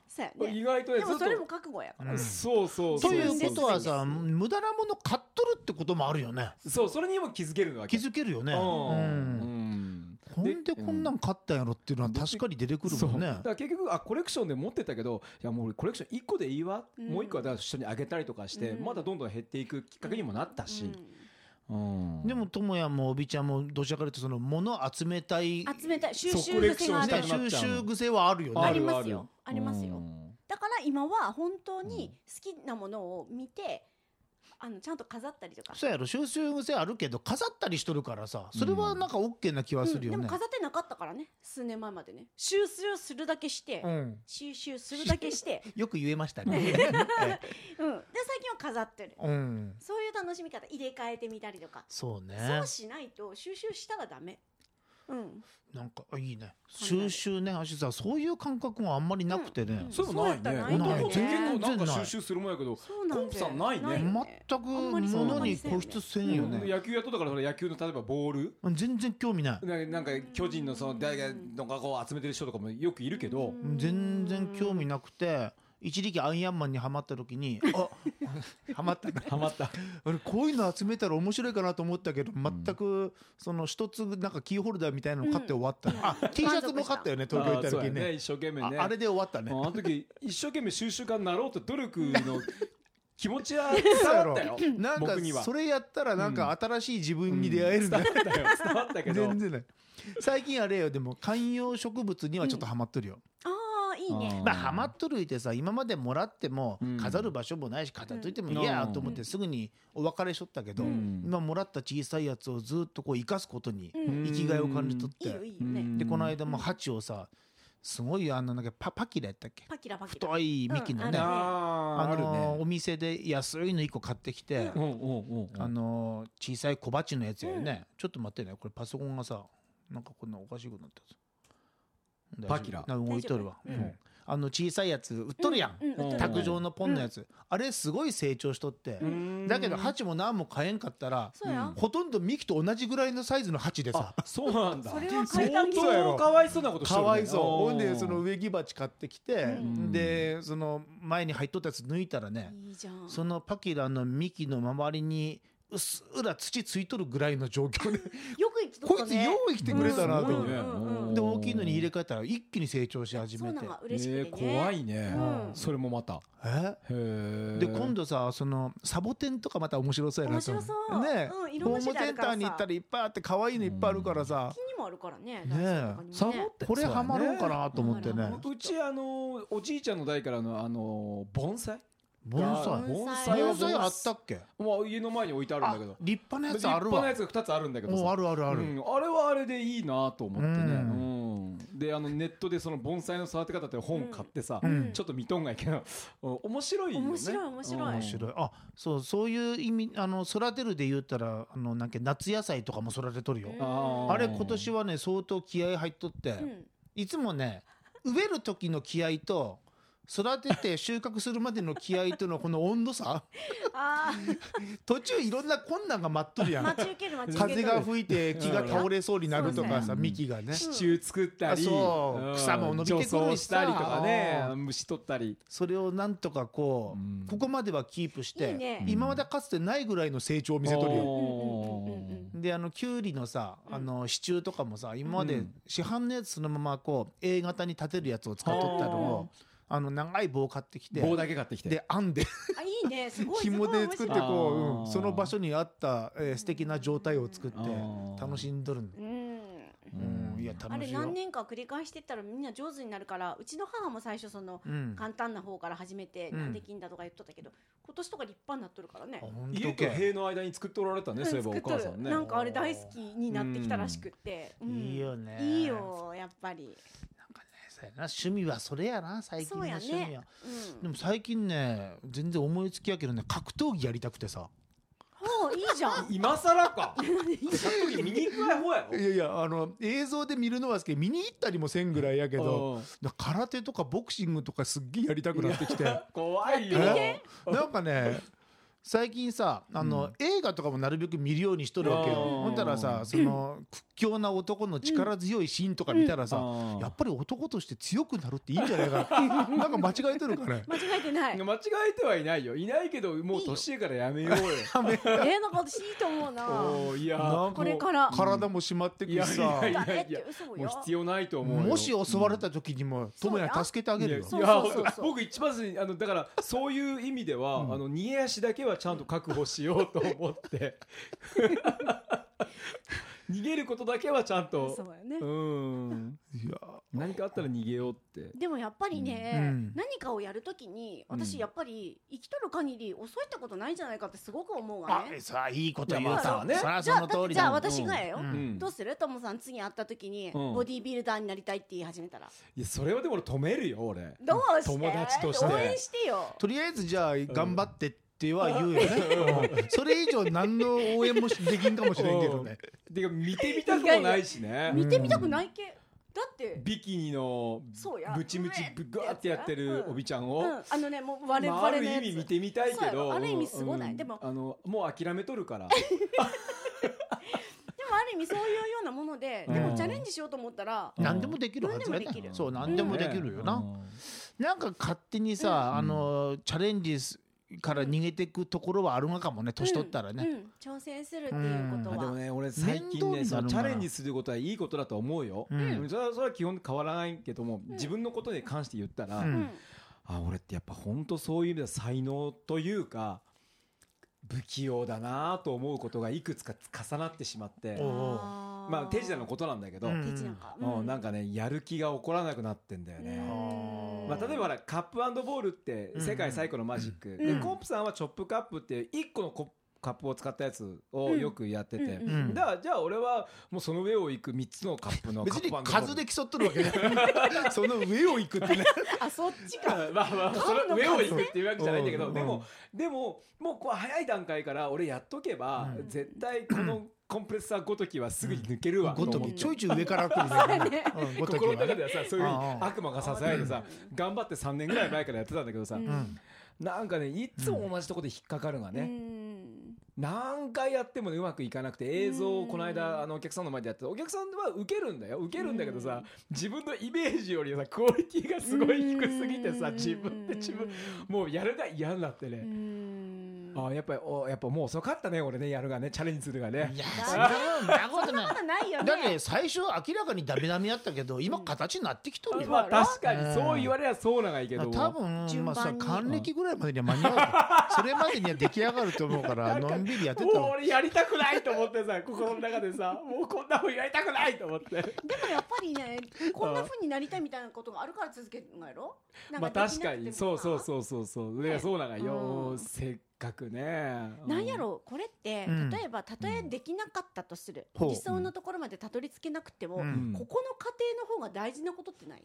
Speaker 1: そうや
Speaker 4: 意
Speaker 1: ね
Speaker 4: 外とね
Speaker 1: で
Speaker 4: ず
Speaker 1: も
Speaker 4: っ
Speaker 1: それも
Speaker 4: と
Speaker 1: 覚悟やから、
Speaker 3: うん
Speaker 4: そうそうそう
Speaker 3: ということは
Speaker 4: そう
Speaker 3: さ無駄なもの買っとるってこともあるよね
Speaker 4: そうそれにも気づけるわ
Speaker 3: 気
Speaker 4: け
Speaker 3: づけるよね
Speaker 4: う
Speaker 3: うん
Speaker 4: ん
Speaker 3: ほんでこんなん買ったんやろっていうのは確かに出てくる
Speaker 4: そう
Speaker 3: もんね
Speaker 4: だから結局あコレクションで持ってたけどいやもう俺コレクション1個でいいわ、
Speaker 1: うん
Speaker 4: もう1個はだから人にあげたりとかして、
Speaker 1: うん
Speaker 4: まだどんどん減っていくきっかけにもなったし、うん
Speaker 3: でも智也もおびちゃんもどちらかというとその物集めたい
Speaker 1: うん集めたい収
Speaker 4: そう
Speaker 1: 集
Speaker 4: コレクシ
Speaker 1: 癖
Speaker 4: ョン
Speaker 1: があ
Speaker 4: した
Speaker 1: る
Speaker 4: い
Speaker 3: ね
Speaker 4: くなっ
Speaker 3: 収
Speaker 4: ちゃう
Speaker 3: 集癖はあるよ
Speaker 1: あ
Speaker 3: ね
Speaker 1: りますよ
Speaker 4: るる
Speaker 1: ありますよ
Speaker 4: うん
Speaker 1: だから今は本当に好きなものを見て、あのちゃんと飾ったりとか、
Speaker 3: そうやろ収集癖あるけど飾ったりしとるからさそれはなんかオッケーな気は
Speaker 1: う
Speaker 3: す
Speaker 1: ん
Speaker 3: る
Speaker 1: で
Speaker 3: よ
Speaker 1: も
Speaker 3: ね
Speaker 1: 飾ってなかったからね数年前までね収集するだけして、
Speaker 3: うん
Speaker 1: 収集するだけして、
Speaker 3: よく言えましたね
Speaker 1: うん、で最近は飾ってる
Speaker 3: うん
Speaker 1: そういう楽しみ方入れ替えてみたりとか、
Speaker 3: そうね
Speaker 1: そうしないと収集したらダメうん
Speaker 3: なんかあいいね
Speaker 1: そうね
Speaker 3: 収集ねあしさそういう感覚があんまりなくてね、
Speaker 1: ん
Speaker 4: それもない
Speaker 1: そう
Speaker 4: ね
Speaker 1: やったらない
Speaker 3: ね
Speaker 4: 男全然こうなん
Speaker 3: 全然な
Speaker 4: か
Speaker 3: い
Speaker 4: 収集するもんやけど
Speaker 1: そうなんだよ
Speaker 4: コンプさんないね
Speaker 1: なういん
Speaker 3: 全く
Speaker 1: あんまりそう
Speaker 3: 物に固執せんよ
Speaker 4: うん
Speaker 3: ね、
Speaker 4: 野球やっとったからそれ野球の例えばボール
Speaker 3: 全然興味ない
Speaker 4: ななんか巨人のその大学のこう集めてる人とかもよくいるけど、
Speaker 3: 全然興味なくて一時期アイアンマンにはまった時 にあはまったな
Speaker 4: ハマった
Speaker 3: 俺こういうの集めたら面白いかなと思ったけど全くその一つなんかキーホルダーみたいなの買って終わった、あ T シャツも買ったよね 東京行った時に
Speaker 4: あーそうや
Speaker 3: ね
Speaker 4: 一生懸命
Speaker 3: あ
Speaker 4: ね
Speaker 3: あれで終わった
Speaker 4: う
Speaker 3: ね
Speaker 4: んあの時一生懸命収集家になろうと努力の気持ちは伝わったよ
Speaker 3: なんか
Speaker 4: 僕には
Speaker 3: それやったらなんか新しい自分に出会えるんだよ、
Speaker 4: 伝わったよ伝わったけど
Speaker 3: 全然ない最近あれよでも観葉植物にはちょっとハマっとるよ、
Speaker 1: あーいいね
Speaker 4: うん
Speaker 3: まあハマっとるいてさ今までもらっても
Speaker 4: うん
Speaker 3: 飾る場所もないし飾っといても
Speaker 4: うん
Speaker 3: いいやと思ってすぐにお別れしとったけど、
Speaker 4: うん
Speaker 3: 今もらった小さいやつをずっとこう生かすことに
Speaker 1: うん
Speaker 3: 生きがいを感じとっ
Speaker 1: いいよ
Speaker 3: て
Speaker 1: いいよね
Speaker 3: でこの間も鉢をさすごいあのなんかパパキラやったっけ
Speaker 1: パキラパキラ
Speaker 3: 太い幹のね、
Speaker 1: うんある
Speaker 4: あー
Speaker 3: あ
Speaker 4: ある
Speaker 3: のー
Speaker 4: ね
Speaker 3: お店で安いの1個買ってきて、
Speaker 4: うんうんうん
Speaker 3: あのー小さい小鉢のやつやよね、ちょっと待ってねこれパソコンがさなんかこんなおかしくなってる
Speaker 4: パキラ
Speaker 3: なんか動いとるわ、
Speaker 1: 大丈
Speaker 3: う
Speaker 1: 夫
Speaker 3: んあの小さいやつ売っとるやん、
Speaker 1: うんうん
Speaker 4: うん
Speaker 3: 卓上のポンのやつ、あれすごい成長しとって、
Speaker 4: うん
Speaker 3: だけど鉢も何も買えんかったら
Speaker 1: そうや
Speaker 3: ほとんど幹と同じぐらいのサイズの鉢でさ
Speaker 4: あそうなんだ
Speaker 1: それは
Speaker 4: 相
Speaker 1: 階段
Speaker 3: そうやろ
Speaker 4: 当かわいそうなことして
Speaker 3: か
Speaker 4: るね
Speaker 3: わいそうほん
Speaker 4: あー
Speaker 3: でその植木鉢買ってきて、
Speaker 1: うん
Speaker 3: でその前に入っとったやつ抜いたらね、
Speaker 1: いいじゃん
Speaker 3: そのパキラの幹の周りにうっすら土ついとるぐらいの状況で、
Speaker 1: よく生きとっ
Speaker 3: こ
Speaker 1: た
Speaker 3: いつよ
Speaker 1: ね
Speaker 3: う生きてくれたなと
Speaker 1: うんすご
Speaker 3: 思っ
Speaker 1: い
Speaker 3: て
Speaker 1: ねうんうん
Speaker 3: で大きいのに入れ替えたら一気に成長し始
Speaker 1: そう
Speaker 3: め
Speaker 1: な
Speaker 3: て
Speaker 1: んか嬉しく
Speaker 4: え
Speaker 1: て
Speaker 4: ー
Speaker 1: ね
Speaker 4: 怖いね
Speaker 1: うん
Speaker 4: それもまた
Speaker 3: え
Speaker 4: へー
Speaker 3: で今度さそのサボテンとかまた面白そうやなと思
Speaker 1: 面白そう
Speaker 3: ね
Speaker 1: うんいろんな
Speaker 3: ホ
Speaker 1: 種
Speaker 3: ーム
Speaker 1: 類あ
Speaker 3: セ
Speaker 1: る
Speaker 3: ン
Speaker 1: か
Speaker 3: タ
Speaker 1: らさ
Speaker 3: ーに行ったらいっぱいあって可愛いのいっぱいあるからさ
Speaker 1: 木にもあるからね
Speaker 3: ね
Speaker 1: 大豆とかにもね
Speaker 4: サボって
Speaker 3: これ
Speaker 4: そうや
Speaker 3: ハ
Speaker 4: ね
Speaker 3: マるんかなと思って
Speaker 1: そうや
Speaker 3: ね
Speaker 1: ね
Speaker 4: うちあのおじいちゃんの代からのあの盆栽
Speaker 3: 盆
Speaker 1: あ
Speaker 3: 栽
Speaker 4: 盆栽
Speaker 3: 盆栽あったっけ
Speaker 4: まあ家の前に置いてあるん
Speaker 3: あ
Speaker 4: だけど
Speaker 3: 立派なや
Speaker 4: 立
Speaker 3: つある
Speaker 4: 派な
Speaker 3: わ
Speaker 4: やつが2つあるんだけど
Speaker 3: もう
Speaker 4: さ
Speaker 3: あるあるあ
Speaker 4: う
Speaker 3: る
Speaker 4: んあれはあれでいいなと思ってね、
Speaker 3: う
Speaker 4: うんであのネットでその盆栽の育て方って本買ってさ、
Speaker 3: うん
Speaker 4: ちょっと見とんがいけどうん面白いよね
Speaker 1: 面白い面白い
Speaker 3: 面白いあそうそういう意味あの育てるで言ったらあのなんか夏野菜とかも育てとるよ
Speaker 1: うん
Speaker 4: あー
Speaker 3: あれ今年はね相当気合入っとって、
Speaker 1: うん
Speaker 3: いつもね植える時の気合と育てて収穫するまでの気合とのこの温度差
Speaker 1: あ
Speaker 3: 途中いろんな困難が待っとるや
Speaker 1: あ
Speaker 3: ん
Speaker 1: 待ち受ける待ち受け
Speaker 3: 風
Speaker 1: る
Speaker 3: が吹いて木が倒れそうになるとか
Speaker 4: そ
Speaker 3: さ
Speaker 4: うそう
Speaker 3: 幹がね
Speaker 4: シチュー作ったり、
Speaker 3: あそう草も伸びてくるしさ
Speaker 4: 除草したりとかね
Speaker 3: あー
Speaker 4: 虫取ったり
Speaker 3: それをなんとかこ
Speaker 4: うん
Speaker 3: うここまではキープし
Speaker 1: いい
Speaker 3: て
Speaker 1: ね
Speaker 3: 今までかつてないぐらいの成長を見せとるよ
Speaker 4: おー
Speaker 1: うんうんうんうん
Speaker 3: であのキュウリのさ
Speaker 1: うん
Speaker 3: あの支柱とかもさ今ま
Speaker 4: う
Speaker 3: で
Speaker 4: ん
Speaker 3: 市販のやつそのままこう A 型に立てるやつを使っとったのをあの長い棒買ってきて
Speaker 4: 棒だけ買ってきて
Speaker 3: で編んで
Speaker 1: あいいねすごい
Speaker 3: 紐で作って
Speaker 1: すごい面白い
Speaker 3: こ
Speaker 4: あー
Speaker 3: う、うんその場所にあった、えー素敵な状態を作って
Speaker 4: あー
Speaker 3: 楽しんどるんだ、
Speaker 1: うん
Speaker 3: うん、いや
Speaker 1: あ
Speaker 3: 楽
Speaker 1: れ
Speaker 3: しいよ
Speaker 1: 何年か繰り返してったらみんな上手になるからうちの母も最初その
Speaker 3: うん、あ
Speaker 1: 簡単な方から始めて
Speaker 3: うん
Speaker 1: なんできんだとか言っとったけど今年とか立派になっとるからね
Speaker 3: 本
Speaker 4: 家
Speaker 3: 当
Speaker 4: と
Speaker 3: け
Speaker 4: 塀の間に作っておられたね、
Speaker 1: うん
Speaker 4: そういえば
Speaker 1: 作っと
Speaker 4: お母さ
Speaker 1: る
Speaker 4: んね
Speaker 1: なんかあれ大好きになってきたらしくって
Speaker 3: うん
Speaker 1: うん
Speaker 3: いいよね
Speaker 1: いいよやっぱり
Speaker 3: そうやな趣味はそれやな最近の
Speaker 1: そうや
Speaker 3: 趣味は、
Speaker 1: ねう
Speaker 3: で
Speaker 1: ん
Speaker 3: も最近ね全然思いつきやけどね格闘技やりたくてさ
Speaker 1: ほういいじゃん
Speaker 4: 今 更か格闘技見に行くない方や
Speaker 3: いやいやあの映像で見るのは好きで見に行ったりもせんぐらいやけど
Speaker 4: ろ
Speaker 3: だ空手とかボクシングとかすっげえやりたくなってきて
Speaker 4: うん怖いよ
Speaker 3: え なんかね最近さあの、映画とかもなるべく見るようにしとるわけよ
Speaker 4: あー
Speaker 3: ほんたらさその屈強な男の力強いシーンとか見たらさ、
Speaker 4: うん
Speaker 3: やっぱり男として強くなるっていいんじゃないかななんか間違えてるかね
Speaker 1: 間違えてない
Speaker 4: 間違えてはいないよいないけどもう年やからやめようよ
Speaker 1: えーなんか私いいと思うな
Speaker 4: おーいや
Speaker 3: なんか
Speaker 1: これから
Speaker 3: 体も締まってく
Speaker 4: い
Speaker 3: る
Speaker 4: や
Speaker 3: し
Speaker 4: い
Speaker 3: さ
Speaker 4: やい
Speaker 1: だ
Speaker 4: や
Speaker 1: ねっ
Speaker 4: いや
Speaker 1: て嘘
Speaker 4: もう
Speaker 1: よ
Speaker 4: 必要ないと思うよ
Speaker 3: もし襲われた時にも友也助けてあげるよ
Speaker 1: そう
Speaker 4: い
Speaker 1: や
Speaker 4: や
Speaker 1: そうそうそう
Speaker 4: 僕一番最初にあのだからそういう意味では、あの逃げ足だけはちゃんと確保しようと思って 逃げることだけはちゃんと
Speaker 1: そうやね
Speaker 4: うーん
Speaker 3: いや
Speaker 4: 何かあったら逃げようって
Speaker 1: でもやっぱりね、
Speaker 3: うん
Speaker 1: 何かをやるときに私やっぱり生きとる限り遅いってことないんじゃないかってすごく思うわ
Speaker 3: あ
Speaker 1: ね。
Speaker 3: さあいいこと言う
Speaker 4: いやま
Speaker 3: た
Speaker 4: あね
Speaker 3: そりゃ
Speaker 1: じ
Speaker 3: そ
Speaker 1: ゃあ
Speaker 3: の
Speaker 1: だっ
Speaker 3: 通
Speaker 1: て
Speaker 3: り
Speaker 1: じゃあ
Speaker 3: だ
Speaker 1: 私がやよ、
Speaker 3: うん
Speaker 4: うん
Speaker 1: どうするともさん次会ったときに、
Speaker 4: うん
Speaker 1: ボディービルダーになりたいって言い始めたら
Speaker 4: いやそれはでも俺止めるよ俺
Speaker 1: どうして
Speaker 4: 友達として
Speaker 1: 応援してよ
Speaker 3: とりあえずじゃあ頑張ってっては言うよね、うんそれ以上何の応援もしできんかもしれんけどね
Speaker 4: てか見てみたくもないしね
Speaker 1: 見てみたくない系、だって、
Speaker 4: ビキニの
Speaker 1: そうや
Speaker 4: ムチムチぶガーってやってる
Speaker 1: うん
Speaker 4: おびちゃん
Speaker 1: う
Speaker 4: を
Speaker 1: ん、あのねもう我
Speaker 4: ま
Speaker 1: 々
Speaker 4: ああ
Speaker 1: の
Speaker 4: る
Speaker 1: や
Speaker 4: 意
Speaker 1: つ、
Speaker 4: 味見てみたいけ
Speaker 1: そう
Speaker 4: ど
Speaker 1: やある意味すごない
Speaker 4: うん
Speaker 1: でも
Speaker 4: あのもう諦めとるから
Speaker 1: でもある意味そういうようなもので、で
Speaker 4: うん
Speaker 1: もチャレンジしようと思ったら、
Speaker 4: うん
Speaker 3: 何でもできるはずや
Speaker 1: 何
Speaker 3: ね
Speaker 1: でもできる
Speaker 3: そう何でもできるよな、
Speaker 4: うん
Speaker 3: なんか勝手にさ、
Speaker 4: うん
Speaker 3: あのチャレンジすから逃げていくところはあるのかもね年取ったらね、
Speaker 1: うんうん挑戦するっていうこと
Speaker 4: あ
Speaker 1: は、
Speaker 4: でもね俺最近ね
Speaker 3: 面倒になるな
Speaker 4: そのチャレンジすることはいいことだと思うよ、
Speaker 3: うん
Speaker 4: それはそれは基本変わらないけども、自分のことに関して言ったら、
Speaker 3: うん
Speaker 1: うん
Speaker 4: あ俺ってやっぱ本当そういう意味では才能というか不器用だなと思うことがいくつか重なってしまって
Speaker 3: おうおう
Speaker 4: まあ手品のことなんだけど、
Speaker 3: う
Speaker 4: うんん
Speaker 1: 手品か、
Speaker 4: なんかねやる気が起こらなくなってんだよね。
Speaker 1: うん
Speaker 4: まあ、例えばほらカップボールって世界最古のマジック、
Speaker 1: うん
Speaker 4: でコップさんはチョップカップっていう1個のコップカップを使ったやつをよくやってて、
Speaker 1: うんうん
Speaker 3: うん
Speaker 4: だからじゃあ俺はもうその上を行く3つのカップの
Speaker 3: 別
Speaker 4: カッ
Speaker 3: に
Speaker 4: プボール
Speaker 3: 数で競っとるわけじゃない その上を行くってね
Speaker 1: あそっちか
Speaker 4: あ まあま あそれ上を行くっていうわけじゃないんだけ
Speaker 3: う
Speaker 4: ど
Speaker 3: ん
Speaker 4: でもでももうこう早い段階から俺やっとけば
Speaker 3: うん
Speaker 4: 絶対このコンプレッサーごときはすぐに抜けるわと
Speaker 3: ごと
Speaker 4: 思っ
Speaker 3: き
Speaker 4: て
Speaker 3: ちょいちょい上から来るねうんごとき
Speaker 4: 心の
Speaker 3: は
Speaker 4: 中
Speaker 3: ね
Speaker 4: ではさそういう
Speaker 3: ああ
Speaker 4: 悪魔がささやいてさ頑張って3年ぐらい前からやってたんだけどさ
Speaker 1: うん
Speaker 3: うん
Speaker 4: なんかねいつも同じとこで引っかかるのが
Speaker 1: う
Speaker 4: ね
Speaker 1: ん
Speaker 4: 何回やってもねうまくいかなくて映像
Speaker 1: う
Speaker 4: を
Speaker 1: ん
Speaker 4: この間あのお客さんの前でやってたお客さんは受けるんだよ受けるんだけどさ自分のイメージよりさクオリティがすごい低すぎてさ
Speaker 1: うん
Speaker 4: 自分で自分もうやるが嫌になって
Speaker 1: う
Speaker 4: ね。
Speaker 1: ん
Speaker 4: ああやっぱりおやっぱもう遅かったね俺ねやるがねチャレンジするがね
Speaker 3: い。やそんなことない
Speaker 1: まだないよね
Speaker 3: だって最初明らかにダメダメやったけど今形になってきとるよ
Speaker 4: まあ確かにそう言われりゃそうながいいけど。
Speaker 3: 多分
Speaker 1: 順
Speaker 3: まあ
Speaker 1: 番に
Speaker 3: さ還暦ぐらいまでには間に合うからそれまでには出来上がると思うからのんびりやって
Speaker 4: もう
Speaker 3: たら
Speaker 4: 俺やりたくないと思ってさ心の中でさもうこんなもんやりたくないと思っ
Speaker 1: で
Speaker 4: て。
Speaker 1: もやっぱりねこんな風になりたいみたいなことがあるから続けるのやろなん
Speaker 4: まあ確
Speaker 1: できな
Speaker 4: か
Speaker 1: くても
Speaker 4: に
Speaker 1: さ
Speaker 4: そうそうそうそうそういやそうながい
Speaker 1: う
Speaker 4: よ
Speaker 1: ん
Speaker 4: せっかくね。
Speaker 1: なんやろうこれって、
Speaker 3: うん
Speaker 1: 例えばたとえできなかったとする、
Speaker 3: ほう
Speaker 1: 理想のところまでたどり着けなくても、
Speaker 3: う
Speaker 4: うんん。
Speaker 1: ここの過程の方が大事なことってない、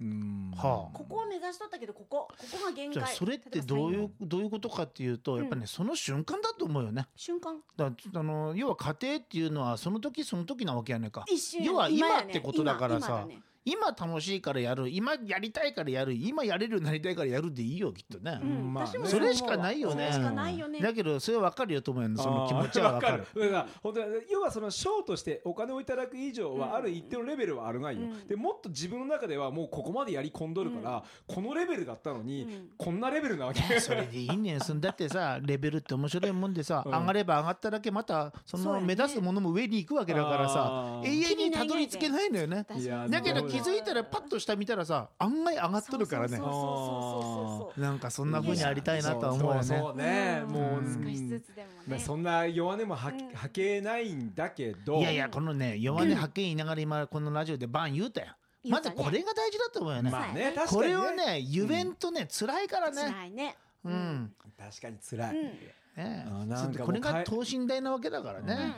Speaker 4: うん
Speaker 3: はあ
Speaker 1: ここを目指しとったけどここここが限
Speaker 3: じゃあ
Speaker 1: 界
Speaker 3: それってどう
Speaker 1: 例えば才
Speaker 3: い
Speaker 1: 能
Speaker 3: うどういうことかっていうとやっぱねその瞬間だと思うよね
Speaker 1: 瞬間
Speaker 3: だからあの要は家庭っていうのはその時その時なわけやねんか
Speaker 1: 一瞬やね
Speaker 3: 要は今
Speaker 1: やね
Speaker 3: ってことだからさ
Speaker 1: 今今だね
Speaker 3: 今楽しいからやる今やりたいからやる今やれるようになりたいからやるでいいよきっとね
Speaker 1: う、ん
Speaker 4: まあね
Speaker 1: 私もう
Speaker 3: それしかないよね
Speaker 1: それしかないよね、
Speaker 3: だけどそれは分かるよと思うよねその気持ちは分かる
Speaker 4: あー。わだから本当に要はその賞としてお金をいただく以上
Speaker 1: うん
Speaker 4: はある一定のレベルはあるがいよ、
Speaker 1: うん
Speaker 4: でもっと自分の中ではもうここまでやり込んどるから、このレベルだったのに、
Speaker 1: うん
Speaker 4: こんなレベルなわけ
Speaker 3: いや それでいいねんそんだってさレベルって面白いもんでさ、
Speaker 4: うん
Speaker 3: 上がれば上がっただけまたそ
Speaker 1: そうや
Speaker 3: の
Speaker 1: ね
Speaker 3: 目指すものも上に行くわけだからさ
Speaker 4: あー
Speaker 3: 永遠にたどり着けないのよね
Speaker 1: 確かに
Speaker 4: いやー
Speaker 3: だけど気づいたらパッと下見たらさ案外上がっとるからね
Speaker 1: そうそうそうそうそうそう
Speaker 3: なんかそんな風にありたいなとは思うよね
Speaker 4: そうそうそうね、
Speaker 1: うん
Speaker 4: も
Speaker 3: う
Speaker 4: う、
Speaker 3: ん
Speaker 1: 少しずつでもね、
Speaker 4: まあそんな弱音もは
Speaker 1: うん
Speaker 4: 吐けないんだけど、
Speaker 3: いやいやこのね弱音はっきり言いながら今このラジオでバン言うたやん
Speaker 1: 言
Speaker 3: ま
Speaker 1: うた
Speaker 3: ず
Speaker 1: ね
Speaker 3: これが大事だと思うよね、
Speaker 4: まあ
Speaker 1: は
Speaker 4: ね
Speaker 1: い
Speaker 4: 確かに
Speaker 3: これをねゆべんとね、辛いからね
Speaker 1: 辛いね
Speaker 3: うん
Speaker 4: 確かに辛い、
Speaker 1: うん
Speaker 3: ね
Speaker 4: あなんかもう
Speaker 3: これが
Speaker 4: かえ
Speaker 3: 等身大なわけだからね、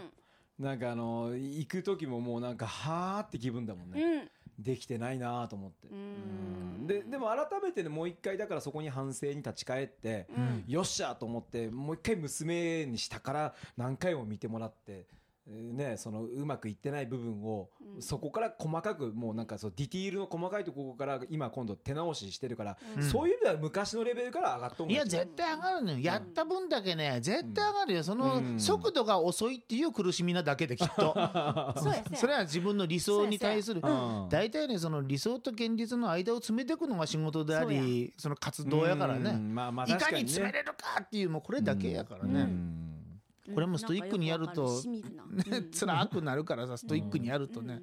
Speaker 4: なんかあの行く時ももうなんかはーって気分だもん
Speaker 1: う
Speaker 4: ね、
Speaker 1: ん、うん
Speaker 4: できてないなと思って、
Speaker 1: うん
Speaker 4: うんででも改めてねもう一回だからそこに反省に立ち返って、
Speaker 1: うん
Speaker 4: よっしゃと思ってもう一回娘に下から何回も見てもらって。えーね、そのうまくいってない部分を、
Speaker 1: うん
Speaker 4: そこから細かくもうなんかそうディティールの細かいところから今今度手直ししてるから、
Speaker 3: うん
Speaker 4: そういう意味では昔のレベルから上がっとん
Speaker 3: い
Speaker 4: が
Speaker 3: や絶対上がるのよやった分だけね絶対上がるよその
Speaker 4: うん
Speaker 3: 速度が遅いっていう苦しみなだけできっと
Speaker 1: そうや
Speaker 3: そ
Speaker 1: そう
Speaker 3: れ
Speaker 1: や
Speaker 3: は自分の理想に対する
Speaker 1: そうや
Speaker 4: うん
Speaker 3: 大体ねその理想と現実の間を詰めていくのが仕事でありその活動やから
Speaker 4: う
Speaker 3: ね
Speaker 4: んまあまあ
Speaker 3: い
Speaker 4: 確
Speaker 3: か
Speaker 4: か
Speaker 3: に
Speaker 4: に、ね、
Speaker 3: 詰めれるかっていうもうこれだけやから
Speaker 4: う
Speaker 3: ね
Speaker 4: ん
Speaker 1: うん
Speaker 3: これもストイックにやると
Speaker 1: なんかよくわかしみるな
Speaker 3: ね
Speaker 1: うん
Speaker 3: 辛くなるからさストイックにやるとね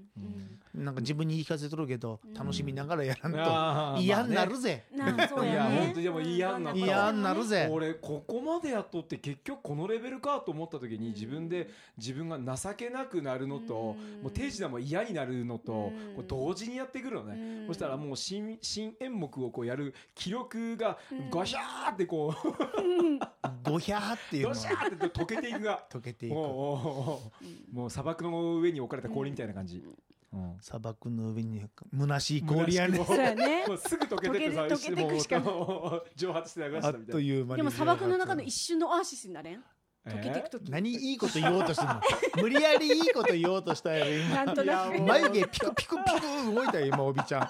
Speaker 3: なんか自分に言い聞かせとるけど楽しみながらやらん
Speaker 4: あ
Speaker 3: と
Speaker 4: ー
Speaker 3: 嫌になるぜ
Speaker 1: うんなあそうや
Speaker 4: いや
Speaker 1: ね
Speaker 4: 本当にでも嫌になった
Speaker 1: う
Speaker 3: 嫌になるぜ
Speaker 4: 俺ここまでやっとって結局このレベルかと思った時に自分で自分が情けなくなるのとも
Speaker 1: うん
Speaker 4: う手品も嫌になるのとこ
Speaker 1: うん
Speaker 4: う同時にやってくるのね
Speaker 1: うん
Speaker 4: そしたらもう新新演目をこうやる気力がガシャーってこう
Speaker 3: ゴヒャーっていうのは
Speaker 4: ガシャーって溶けていくが
Speaker 3: 溶けて
Speaker 4: お
Speaker 3: いう
Speaker 4: お
Speaker 3: く
Speaker 4: うおうもう砂漠の上に置かれた氷みたいな感じうん
Speaker 3: 砂漠の上にむなしい氷やね
Speaker 4: 虚しく
Speaker 1: そう
Speaker 4: も
Speaker 1: や ね
Speaker 4: もうすぐ溶けてってさ
Speaker 1: 溶ける溶けてくしかない
Speaker 4: もう蒸発して流し
Speaker 3: あ
Speaker 4: た
Speaker 3: っ
Speaker 4: みた
Speaker 3: と
Speaker 4: い
Speaker 3: いう間に
Speaker 1: でも砂漠の中の一瞬のオアシスになれん
Speaker 4: な
Speaker 1: 溶けていくとき
Speaker 3: 何いいこと言おうとしてんの無理やりいいこと言おうとしたやろ
Speaker 1: な
Speaker 3: 今
Speaker 1: んとなく
Speaker 4: いや
Speaker 1: めっ
Speaker 3: 眉毛ピクピクピク動いたよ今おびちゃ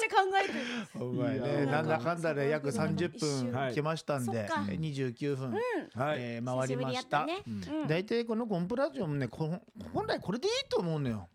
Speaker 1: ちゃ考えてる
Speaker 3: んお前
Speaker 4: い
Speaker 3: ね
Speaker 4: や
Speaker 3: なんだかんだで約
Speaker 1: 砂漠の中の一
Speaker 3: 30
Speaker 1: 瞬
Speaker 3: 分来ましたん
Speaker 1: は
Speaker 3: で
Speaker 1: いそっか
Speaker 3: 29分
Speaker 4: はい
Speaker 3: えー回りまし
Speaker 1: 久しぶ
Speaker 3: た
Speaker 1: りやったねうん
Speaker 3: 大体このコンプラジオもねこん本来これでいいと思うのよ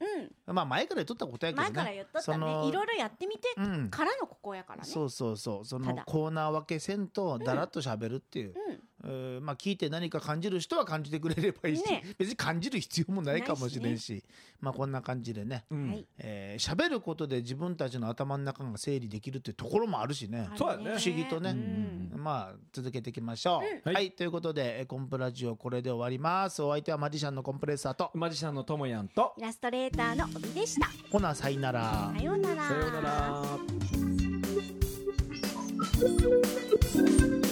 Speaker 3: まあ前から言っとった答えけどね
Speaker 1: 前から言っとった
Speaker 3: そ
Speaker 1: ね
Speaker 3: の
Speaker 1: いろいろやってみて
Speaker 3: うん
Speaker 1: からのここやからね
Speaker 3: そうそうそうそ
Speaker 1: た
Speaker 3: の
Speaker 1: だ
Speaker 3: コーナー分けせんとだらっと喋るっていう
Speaker 1: うん
Speaker 3: えーまあ、聞いて何か感じる人は感じてくれればいいし、
Speaker 1: ね
Speaker 3: 別に感じる必要もないかもしれんしまあ、こんな感じでね
Speaker 4: うん
Speaker 1: はい
Speaker 3: えー喋ることで自分たちの頭の中が整理できるっていうところもあるしね。
Speaker 4: そうやね
Speaker 3: 不思議とね、
Speaker 1: うん
Speaker 3: まあ続けていきましょう、はい、ということでえーコンプラジオこれで終わりますお相手はマジシャンのコンプレッサーと
Speaker 4: マジシャンのともやんと
Speaker 1: イラストレーターの帯でした。
Speaker 3: ほなさいなら
Speaker 1: さようなら。
Speaker 4: さようなら